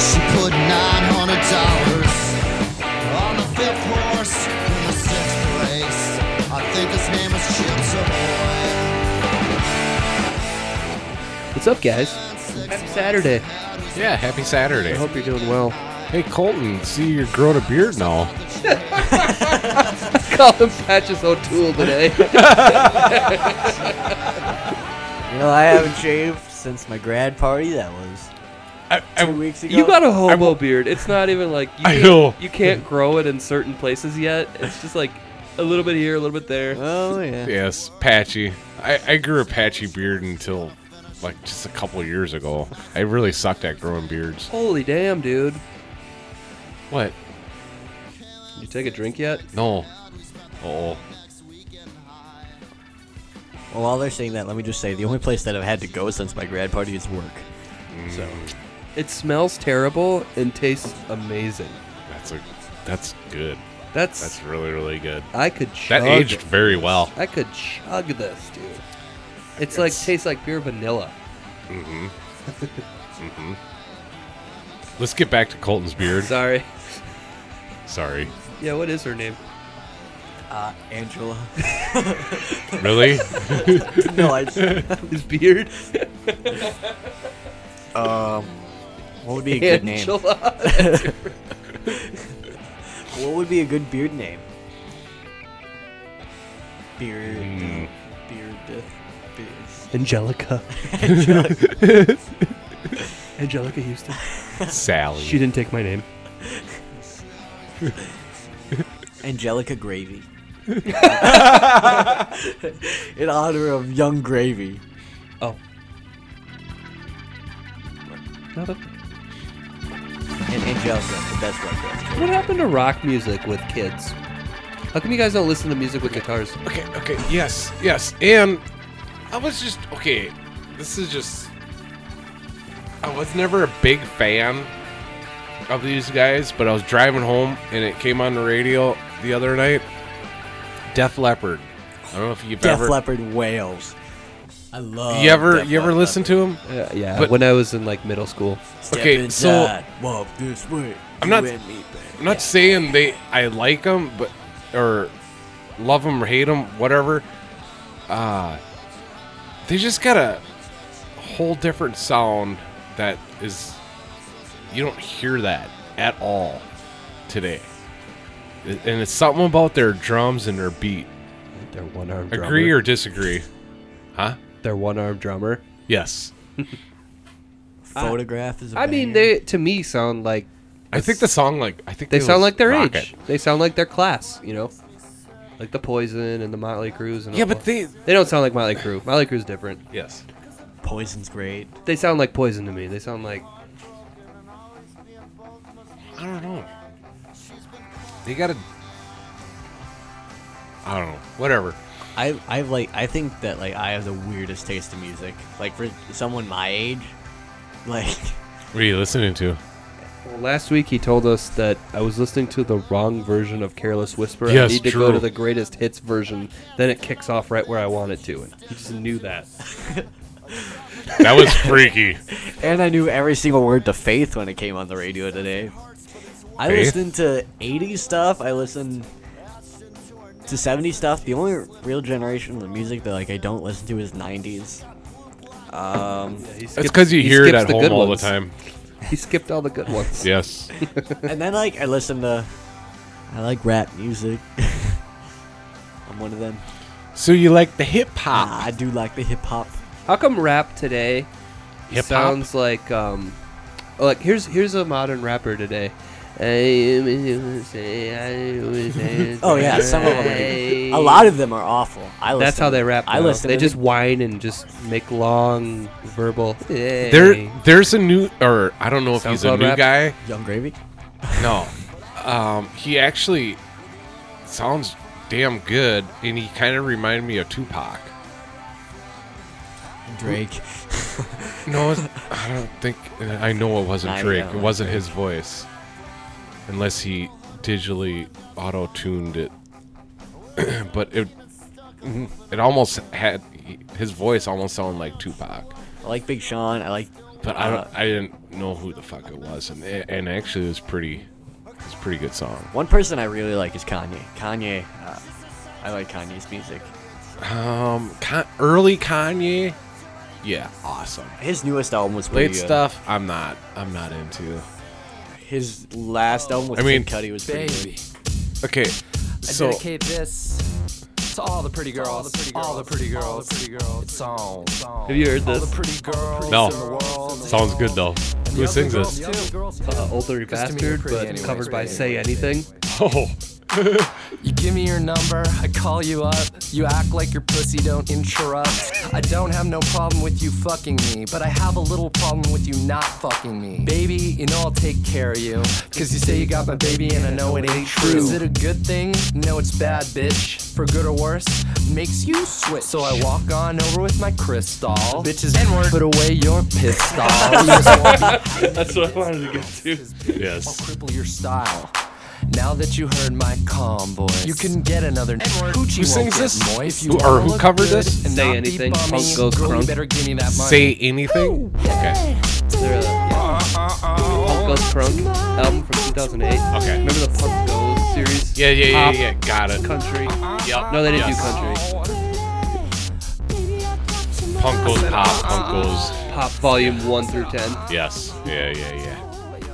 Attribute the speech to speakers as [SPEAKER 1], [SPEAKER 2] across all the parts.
[SPEAKER 1] She put nine hundred dollars on the fifth horse in the sixth race. I think his name is Chip Savoy.
[SPEAKER 2] What's up, guys? Happy Saturday.
[SPEAKER 3] Yeah, happy
[SPEAKER 2] I
[SPEAKER 3] Saturday.
[SPEAKER 2] hope you're doing well.
[SPEAKER 3] Hey Colton, see you're growing a beard now.
[SPEAKER 2] Call him Patches O'Toole today.
[SPEAKER 4] You know, I haven't shaved since my grad party. That was
[SPEAKER 3] I,
[SPEAKER 4] two
[SPEAKER 3] I,
[SPEAKER 4] weeks ago.
[SPEAKER 2] you got a hobo beard. It's not even like you
[SPEAKER 3] I
[SPEAKER 2] can't-
[SPEAKER 3] know.
[SPEAKER 2] you can't grow it in certain places yet. It's just like a little bit here, a little bit there.
[SPEAKER 4] Oh yeah.
[SPEAKER 3] yes, patchy. I, I grew a patchy beard until like just a couple of years ago. I really sucked at growing beards.
[SPEAKER 2] Holy damn, dude!
[SPEAKER 3] What?
[SPEAKER 2] You take a drink yet?
[SPEAKER 3] No. Oh.
[SPEAKER 4] Well, while they're saying that, let me just say the only place that I've had to go since my grad party is work. So
[SPEAKER 2] It smells terrible and tastes amazing.
[SPEAKER 3] That's a that's good.
[SPEAKER 2] That's,
[SPEAKER 3] That's really, really good.
[SPEAKER 2] I could chug.
[SPEAKER 3] That aged very well.
[SPEAKER 2] I could chug this, dude. It's like
[SPEAKER 3] guess.
[SPEAKER 2] tastes like pure vanilla.
[SPEAKER 3] Let's get back to Colton's beard.
[SPEAKER 2] Sorry.
[SPEAKER 3] Sorry.
[SPEAKER 2] Yeah, what is her name?
[SPEAKER 4] uh, Angela.
[SPEAKER 3] Really?
[SPEAKER 4] no, I. Just,
[SPEAKER 2] His beard.
[SPEAKER 4] um, what would be a good name?
[SPEAKER 2] Angela.
[SPEAKER 4] What would be a good beard name? Beard.
[SPEAKER 2] Hmm.
[SPEAKER 4] Beard. Beard.
[SPEAKER 2] Angelica. Angelica Houston.
[SPEAKER 3] Sally.
[SPEAKER 2] She didn't take my name.
[SPEAKER 4] Angelica Gravy. In honor of young Gravy.
[SPEAKER 2] Oh. What
[SPEAKER 4] And Angelica, the best one. Gravy.
[SPEAKER 2] happened to rock music with kids? How come you guys don't listen to music with guitars?
[SPEAKER 3] Okay, okay, yes, yes. And I was just okay, this is just I was never a big fan of these guys, but I was driving home and it came on the radio the other night. Def Leppard. I don't know if you've
[SPEAKER 4] Def
[SPEAKER 3] ever
[SPEAKER 4] Leppard Wales. I love.
[SPEAKER 3] you ever
[SPEAKER 4] Def
[SPEAKER 3] you ever
[SPEAKER 4] Leppard.
[SPEAKER 3] listen to him?
[SPEAKER 2] Uh, yeah,
[SPEAKER 3] But-
[SPEAKER 2] when I was in like middle school.
[SPEAKER 4] Step
[SPEAKER 3] Okay,
[SPEAKER 4] inside, walk this way.
[SPEAKER 3] I'm
[SPEAKER 4] you
[SPEAKER 3] not-
[SPEAKER 4] and me,
[SPEAKER 3] I'm not saying they I like them, but or love them or hate them, whatever. Uh, they just got a whole different sound that is you don't hear that at all today. And it's something about their drums and their beat.
[SPEAKER 2] Their one armed drummer.
[SPEAKER 3] Agree or disagree? huh?
[SPEAKER 2] their one armed drummer.
[SPEAKER 3] Yes.
[SPEAKER 4] Photograph is. I
[SPEAKER 2] I mean, they to me sound like
[SPEAKER 3] I think the song like I think
[SPEAKER 2] they
[SPEAKER 3] it
[SPEAKER 2] sound
[SPEAKER 3] was
[SPEAKER 2] like their
[SPEAKER 3] Rocket.
[SPEAKER 2] age. They sound like their class, you know, like the Poison and the Motley Crues. And
[SPEAKER 3] Yeah,
[SPEAKER 2] all-
[SPEAKER 3] but they
[SPEAKER 2] they don't sound like Motley Crue. Motley Crue's different.
[SPEAKER 3] yes.
[SPEAKER 4] Poison's great.
[SPEAKER 2] They sound like Poison to me. They sound like
[SPEAKER 3] I don't know. They gotta. I don't know. Whatever.
[SPEAKER 4] I I like. I think that like I have the weirdest taste in music. Like for someone my age, like
[SPEAKER 3] What are you listening to?
[SPEAKER 2] Well, last week he told us that I was listening to the wrong version of Careless Whisper.
[SPEAKER 3] Yes,
[SPEAKER 2] I need to
[SPEAKER 3] true.
[SPEAKER 2] go to the greatest hits version. Then it kicks off right where I want it to. And he just knew that.
[SPEAKER 3] That was freaky.
[SPEAKER 4] And I knew every single word to Faith when it came on the radio today. I
[SPEAKER 3] Faith?
[SPEAKER 4] listened to 80s stuff. I listened to 70s stuff. The only real generation of music that like I don't listen to is 90s. Um,
[SPEAKER 2] He
[SPEAKER 3] That's
[SPEAKER 2] skipped-
[SPEAKER 3] because you
[SPEAKER 2] he
[SPEAKER 3] hear it
[SPEAKER 2] skips
[SPEAKER 3] at
[SPEAKER 2] the
[SPEAKER 3] home
[SPEAKER 2] good
[SPEAKER 3] all
[SPEAKER 2] ones.
[SPEAKER 3] the time.
[SPEAKER 2] He skipped all the good ones.
[SPEAKER 3] Yes.
[SPEAKER 4] and then like I listen to I like rap music. I'm one of them.
[SPEAKER 3] so you like the hip
[SPEAKER 4] Ah, I do like the hip hop.
[SPEAKER 2] How come rap today
[SPEAKER 3] Hip hop?
[SPEAKER 2] sounds like um like here's here's a modern rapper today. oh
[SPEAKER 4] Oh yeah, some of them. Are, a lot of them are awful. I listen
[SPEAKER 2] Eh. That's how
[SPEAKER 4] to-
[SPEAKER 2] they rap.
[SPEAKER 4] I
[SPEAKER 2] now.
[SPEAKER 4] listen.
[SPEAKER 2] They
[SPEAKER 4] to
[SPEAKER 2] just
[SPEAKER 4] the-
[SPEAKER 2] whine and just make long verbal.
[SPEAKER 3] There, there's a new, or I don't know if he's a
[SPEAKER 2] SoundCloud
[SPEAKER 3] new
[SPEAKER 2] rap?
[SPEAKER 3] guy.
[SPEAKER 4] Young Gravy.
[SPEAKER 3] No, um, he actually sounds damn good, and he kind of reminded me of Tupac.
[SPEAKER 4] Drake.
[SPEAKER 3] No, it's- I don't think. I know it wasn't
[SPEAKER 4] I
[SPEAKER 3] Drake.
[SPEAKER 4] know
[SPEAKER 3] It
[SPEAKER 4] it's
[SPEAKER 3] wasn't his voice, unless he digitally auto-tuned it. but it It almost had his voice almost sounded like Tupac,
[SPEAKER 4] I like Big Sean. I like.
[SPEAKER 3] but I
[SPEAKER 4] uh,
[SPEAKER 3] don't, I didn't know who the fuck it was, and and actually it was pretty, it's a pretty good song.
[SPEAKER 4] One person I really like is Kanye. Kanye. Uh, I like Kanye's music.
[SPEAKER 3] Um, Con- early Kanye, yeah, awesome.
[SPEAKER 4] His newest album was pretty
[SPEAKER 3] Late
[SPEAKER 4] good.
[SPEAKER 3] stuff, I'm not, I'm not into.
[SPEAKER 4] His last album with
[SPEAKER 3] I mean,
[SPEAKER 4] Kid Cudi was pretty good.
[SPEAKER 5] Baby,
[SPEAKER 3] Okay,
[SPEAKER 5] I
[SPEAKER 3] so
[SPEAKER 5] dedicate this to all the pretty girls, all the pretty girls, all the pretty girls, It's on.
[SPEAKER 2] Have you heard
[SPEAKER 5] All the
[SPEAKER 2] this?
[SPEAKER 5] pretty girls
[SPEAKER 3] No.
[SPEAKER 5] in the world.
[SPEAKER 3] sounds good though. Who sings
[SPEAKER 5] girls
[SPEAKER 3] this?
[SPEAKER 5] too.
[SPEAKER 2] Uh, Older
[SPEAKER 5] to me, you're
[SPEAKER 2] Bastard,
[SPEAKER 5] pretty
[SPEAKER 2] but
[SPEAKER 5] anyway.
[SPEAKER 2] covered by
[SPEAKER 5] Pretty
[SPEAKER 2] Say Anything.
[SPEAKER 3] Oh,
[SPEAKER 5] You give me your number, I call you up. You act like your pussy don't interrupt. I don't have no problem with you fucking me, but I have a little problem with you not fucking me. Baby, you know I'll take care of you. Cause you say you got my baby and I know it ain't true. Is it a good thing? No, it's bad, bitch. For good or worse, makes you switch. So I walk on over with my crystal. Bitches, put away your pistol.
[SPEAKER 2] That's what I wanted to get to.
[SPEAKER 3] yes.
[SPEAKER 5] I'll cripple your style. Now that you heard my calm voice, you can get another Edward. Who
[SPEAKER 3] sings this? Who- or who covered this?
[SPEAKER 2] Say anything, Punk Goes
[SPEAKER 5] girl,
[SPEAKER 2] Crunk.
[SPEAKER 5] you better give me that money.
[SPEAKER 3] Say anything. Okay,
[SPEAKER 2] They're the Punk Goes Crunk album from 2008.
[SPEAKER 3] Okay.
[SPEAKER 2] Remember the Punk Goes series?
[SPEAKER 3] yeah, yeah, yeah,
[SPEAKER 2] Pop,
[SPEAKER 3] yeah. Got it.
[SPEAKER 2] Country.
[SPEAKER 3] Yep.
[SPEAKER 2] No, they didn't
[SPEAKER 3] yes.
[SPEAKER 2] do country.
[SPEAKER 3] Punk goes pop. Punk goes.
[SPEAKER 2] Pop Volume 1 through 10.
[SPEAKER 3] Yes. Yeah, yeah, yeah.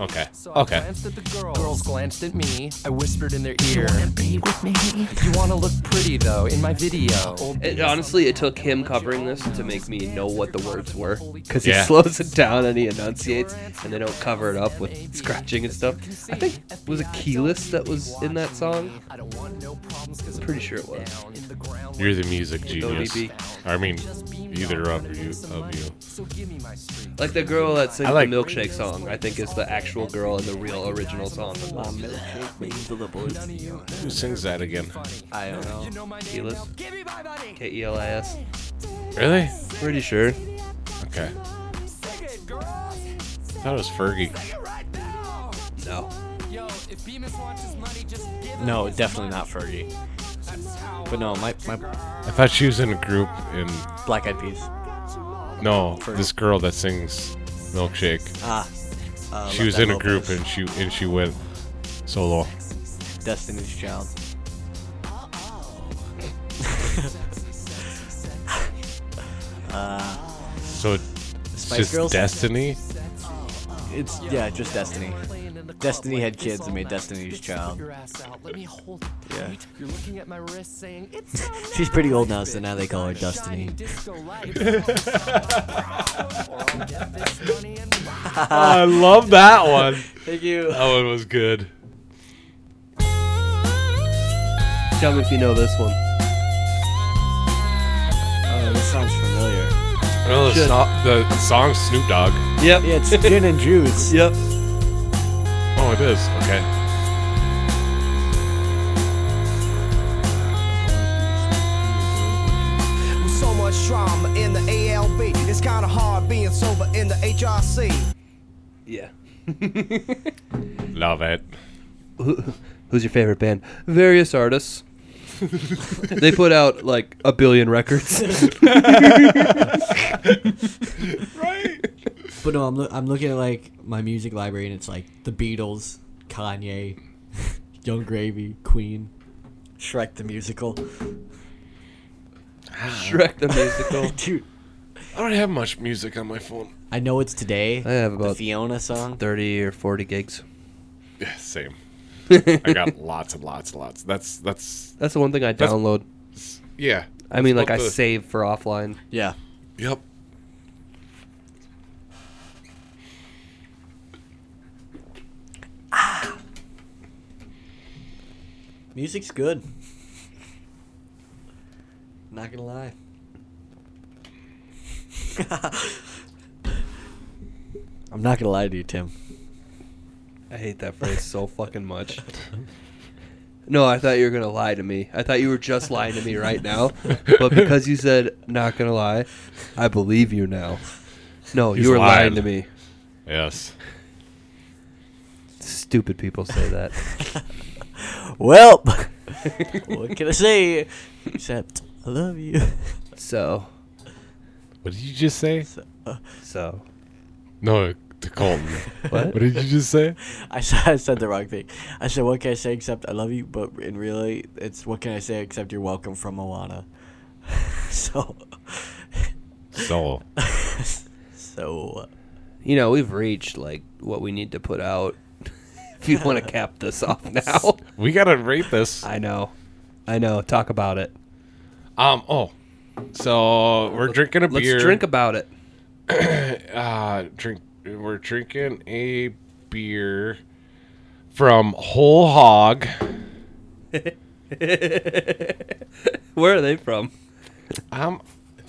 [SPEAKER 3] Okay. Okay.
[SPEAKER 5] glanced at the girls. Girls glanced at me. I whispered in their ear. You wanna look pretty though in my video.
[SPEAKER 2] It, honestly, it took him covering this to make me know what the words were. Because he
[SPEAKER 3] Yeah.
[SPEAKER 2] slows it down and he enunciates, and they don't cover it up with scratching and stuff. I think, was it Keyless that was in that song?
[SPEAKER 5] I don't want no problems cause
[SPEAKER 2] Pretty sure it was.
[SPEAKER 5] in the ground.
[SPEAKER 3] You're the music genius.
[SPEAKER 2] ODB.
[SPEAKER 3] I mean, either of you. Of you.
[SPEAKER 5] So give me my street.
[SPEAKER 2] Like the girl that sings
[SPEAKER 3] I like-
[SPEAKER 2] the milkshake song, I think is the actual girl in the real original song.
[SPEAKER 4] Um, milkshake, baby, for the boys.
[SPEAKER 3] Who sings that again?
[SPEAKER 4] I don't know.
[SPEAKER 5] You know my name.
[SPEAKER 2] Keyless?
[SPEAKER 5] Give me my money.
[SPEAKER 2] K E L I S?
[SPEAKER 3] Really?
[SPEAKER 2] Pretty sure.
[SPEAKER 3] Okay.
[SPEAKER 5] Sing it, girls.
[SPEAKER 3] I thought it was Fergie.
[SPEAKER 5] Sing it right now.
[SPEAKER 2] No.
[SPEAKER 5] Yo, if Bemis wants his money, just give him
[SPEAKER 4] No,
[SPEAKER 5] his
[SPEAKER 4] definitely
[SPEAKER 5] money.
[SPEAKER 4] not Fergie.
[SPEAKER 5] That's how
[SPEAKER 4] But no, my, my
[SPEAKER 3] I thought she was in a group in.
[SPEAKER 4] Black Eyed Peas.
[SPEAKER 3] No, this girl that sings Milkshake.
[SPEAKER 4] Ah. Uh,
[SPEAKER 3] She was
[SPEAKER 4] Lupita
[SPEAKER 3] in a group
[SPEAKER 4] Lopez,
[SPEAKER 3] and she and she went solo.
[SPEAKER 4] Destiny's Child.
[SPEAKER 3] So it's
[SPEAKER 4] Spice
[SPEAKER 3] just
[SPEAKER 4] Girls?
[SPEAKER 3] Destiny.
[SPEAKER 4] It's yeah, just Destiny. Destiny had kids and made Destiny's Child.
[SPEAKER 5] your ass out. Let me hold it.
[SPEAKER 4] Yeah.
[SPEAKER 5] tight. You're looking at my wrist saying, it's so
[SPEAKER 4] She's pretty old now, so now they call her Destiny.
[SPEAKER 5] Shine disco lights. Or I'll get this money and
[SPEAKER 3] Oh, I love that one.
[SPEAKER 4] Thank you.
[SPEAKER 3] That one was good.
[SPEAKER 2] Tell me if you know this one.
[SPEAKER 4] Oh, this sounds familiar.
[SPEAKER 3] No, the,
[SPEAKER 2] Shit.
[SPEAKER 3] so- the song Snoop Dogg.
[SPEAKER 2] Yep.
[SPEAKER 4] Yeah, it's Gin and Juice.
[SPEAKER 2] Yep.
[SPEAKER 3] Oh, it is. Okay.
[SPEAKER 6] With so much trauma in the ALB, it's kind of hard being sober in the HRC.
[SPEAKER 2] Yeah.
[SPEAKER 3] Love it.
[SPEAKER 2] Who's your favorite band? Various artists. they put out like a billion records.
[SPEAKER 4] But no, I'm loo- I'm looking at like my music library and it's like the Beatles, Kanye, Young Gravy, Queen, Shrek the musical.
[SPEAKER 2] Shrek the musical.
[SPEAKER 4] Dude,
[SPEAKER 3] I don't have much music on my phone.
[SPEAKER 4] I know it's today.
[SPEAKER 2] I have
[SPEAKER 4] the
[SPEAKER 2] about
[SPEAKER 4] Fiona song.
[SPEAKER 2] 30 or 40 gigs.
[SPEAKER 3] Yeah, same. I got lots and lots and lots. That's that's
[SPEAKER 2] That's the one thing I
[SPEAKER 3] That's-
[SPEAKER 2] download.
[SPEAKER 3] yeah.
[SPEAKER 2] I mean,
[SPEAKER 3] That's
[SPEAKER 2] like I
[SPEAKER 3] about the-
[SPEAKER 2] save for offline.
[SPEAKER 4] yeah.
[SPEAKER 3] Yep.
[SPEAKER 4] Music's good. Not gonna lie. I'm not gonna lie to you, Tim.
[SPEAKER 2] I hate that phrase so fucking much. No, I thought you were gonna lie to me. I thought you were just lying to me right now. But because you said not gonna lie, I believe you now. No,
[SPEAKER 3] He's
[SPEAKER 2] you were lying
[SPEAKER 3] lying.
[SPEAKER 2] to me.
[SPEAKER 3] Yes.
[SPEAKER 2] Stupid people say that.
[SPEAKER 4] Well, what can I say? Except I love you.
[SPEAKER 2] So,
[SPEAKER 3] What did you just say?
[SPEAKER 4] so, uh,
[SPEAKER 2] so
[SPEAKER 3] No, to Colton.
[SPEAKER 2] what?
[SPEAKER 3] what did you just say?
[SPEAKER 4] I said I said the wrong thing. I said what can I say except I love you, but in really it's what can I say except you're welcome from Moana. so
[SPEAKER 3] So
[SPEAKER 4] so
[SPEAKER 2] You know, we've reached like what we need to put out. if you want to cap this off now,
[SPEAKER 3] we gotta rate this.
[SPEAKER 2] I know, I know. Talk about it.
[SPEAKER 3] Um. Oh. So we're drinking a
[SPEAKER 2] Let's
[SPEAKER 3] beer.
[SPEAKER 2] drink about it.
[SPEAKER 3] uh, drink. We're drinking a beer from Whole Hog.
[SPEAKER 2] Where are they from?
[SPEAKER 3] Um.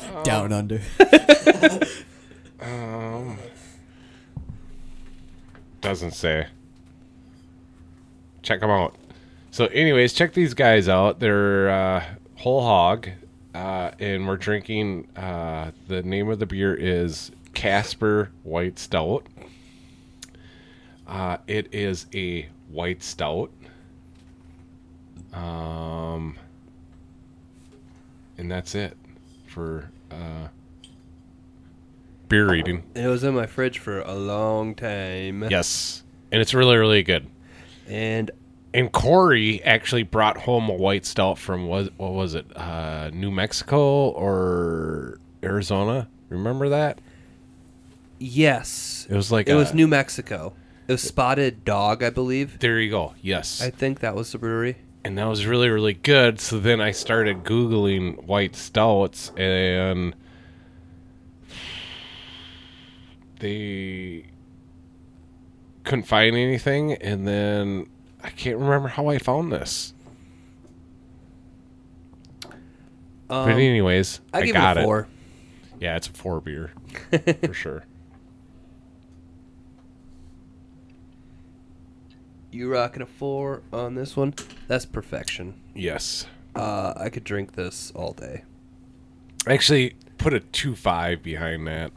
[SPEAKER 4] uh, down under.
[SPEAKER 3] Doesn't say. Check them out. So, anyways, check these guys out. They're uh, Whole Hog, uh, and we're drinking. Uh, the name of the beer is Casper White Stout. Uh, it is a white stout. Um, and that's it for uh, beer reading.
[SPEAKER 2] It was in my fridge for a long time.
[SPEAKER 3] Yes, and it's really really good.
[SPEAKER 2] And
[SPEAKER 3] And Corey actually brought home a white stout from was what was it? Uh, New Mexico or Arizona? Remember that?
[SPEAKER 2] yes,
[SPEAKER 3] It was like
[SPEAKER 2] it was
[SPEAKER 3] a-
[SPEAKER 2] New Mexico. It was Spotted Dog, I believe.
[SPEAKER 3] There you go. Yes,
[SPEAKER 2] I think that was the brewery.
[SPEAKER 3] and that was really really good. So then I started googling white stouts, and they couldn't find anything. And then I can't remember how I found this.
[SPEAKER 2] Um,
[SPEAKER 3] But anyways, I,
[SPEAKER 2] I give
[SPEAKER 3] got
[SPEAKER 2] it a
[SPEAKER 3] it.
[SPEAKER 2] four.
[SPEAKER 3] Yeah, it's a four beer for sure.
[SPEAKER 2] You rocking a four on this one? That's perfection.
[SPEAKER 3] Yes.
[SPEAKER 2] Uh, I could drink this all day.
[SPEAKER 3] Actually, put a two five behind that.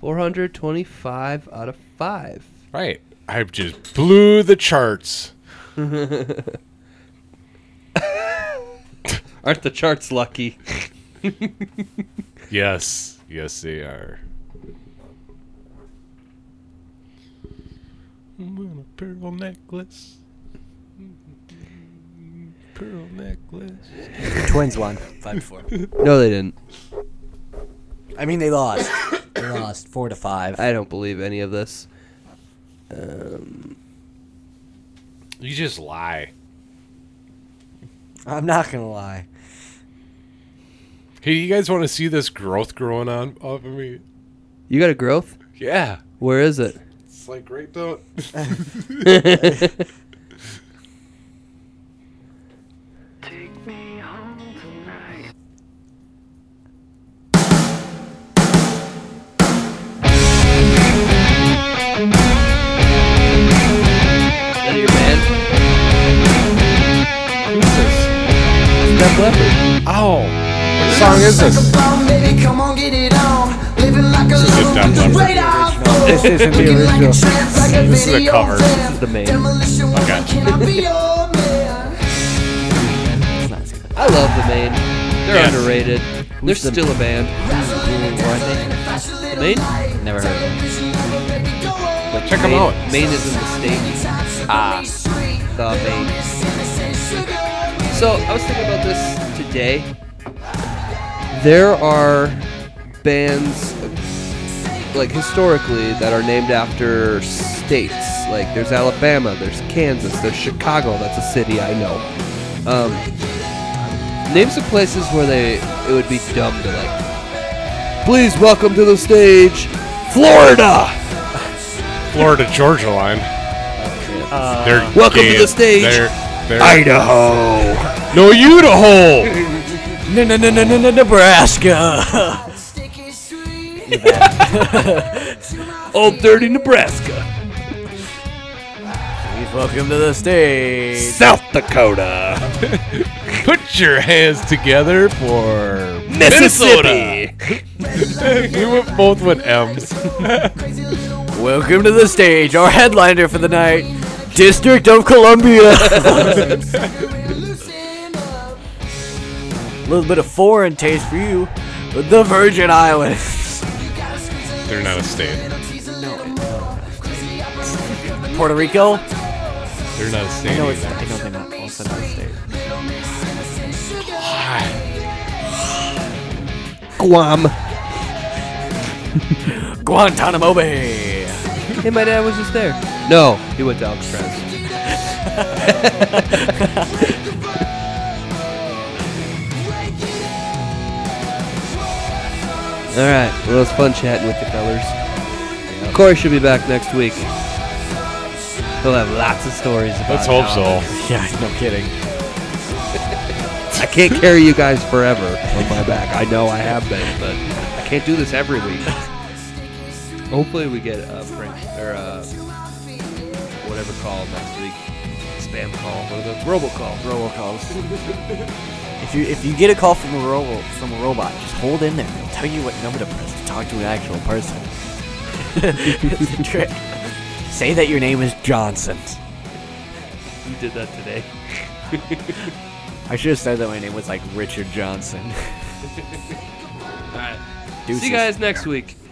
[SPEAKER 2] 425 out of 5.
[SPEAKER 3] Right. I just blew the charts.
[SPEAKER 2] Aren't the charts lucky?
[SPEAKER 3] Yes. Yes, they are. pearl necklace. Pearl necklace.
[SPEAKER 4] Twins won five to four.
[SPEAKER 2] No, they didn't.
[SPEAKER 4] I mean they lost. They lost four to five.
[SPEAKER 2] I don't believe any of this.
[SPEAKER 3] You just lie.
[SPEAKER 4] I'm not gonna lie.
[SPEAKER 3] Hey, you guys want to see this growth growing on off of me?
[SPEAKER 2] You got a growth?
[SPEAKER 3] Yeah.
[SPEAKER 2] Where is it?
[SPEAKER 3] It's like right down.
[SPEAKER 2] That your man?
[SPEAKER 3] Who's this?
[SPEAKER 2] Steph Leppard.
[SPEAKER 3] Ow. What song is this? This is Def Leppard.
[SPEAKER 7] This isn't the original.
[SPEAKER 3] This is a cover.
[SPEAKER 2] The main.
[SPEAKER 4] It's not as good.
[SPEAKER 2] I love the main. They're
[SPEAKER 3] Yes.
[SPEAKER 2] underrated. They're
[SPEAKER 4] the-
[SPEAKER 2] still a band. The main?
[SPEAKER 4] Never heard of it.
[SPEAKER 3] Check them
[SPEAKER 2] Main-
[SPEAKER 3] out.
[SPEAKER 2] Main is in the state.
[SPEAKER 7] Ah.
[SPEAKER 2] The main. So I was thinking about this today. There are bands like historically that are named after states. Like there's Alabama, there's Kansas, there's Chicago. That's a city I know. Um, name some places where they it would be dumb to like. Please welcome to the stage, Florida.
[SPEAKER 3] Florida Georgia line.
[SPEAKER 4] Uh,
[SPEAKER 3] They're
[SPEAKER 2] Welcome to
[SPEAKER 3] gay.
[SPEAKER 2] the stage,
[SPEAKER 3] They're, they're
[SPEAKER 2] Idaho.
[SPEAKER 3] no Idaho.
[SPEAKER 4] No no no no no no Nebraska.
[SPEAKER 2] Old Dirty Nebraska,
[SPEAKER 4] Please welcome to the stage.
[SPEAKER 2] South Dakota,
[SPEAKER 3] Put your hands together for
[SPEAKER 2] Mississippi.
[SPEAKER 3] Minnesota. we went both with M's.
[SPEAKER 4] Welcome to the stage, our headliner for the night, District of Columbia. little bit of foreign taste for you. But the Virgin Islands.
[SPEAKER 3] They're not a state.
[SPEAKER 4] Puerto Rico?
[SPEAKER 3] They're not a state.
[SPEAKER 4] No, it's
[SPEAKER 3] either.
[SPEAKER 4] not. I don't think that also not a state.
[SPEAKER 2] Guam.
[SPEAKER 4] Guantanamo Bay.
[SPEAKER 2] Hey, my dad was just there. No, he went to Alcatraz. All right, well, it was fun chatting with the fellas. Corey should be back next week. He'll have lots of stories about.
[SPEAKER 3] Let's
[SPEAKER 2] it.
[SPEAKER 3] hope so.
[SPEAKER 4] Yeah, no kidding.
[SPEAKER 2] I can't carry you guys forever on my back. I know I have been, but I can't do this every week. Hopefully, we get a Frank or a whatever call next week. Spam call, what are those robocall?
[SPEAKER 4] Robocalls. if you if you get a call from a robo from a robot, just hold in there. They'll tell you what number to press to talk to an actual person. It's a trick. Say that your name is Johnson.
[SPEAKER 2] You did that today.
[SPEAKER 4] I should have said that my name was like Richard Johnson.
[SPEAKER 2] All right.
[SPEAKER 4] Deuces.
[SPEAKER 2] See you guys next week.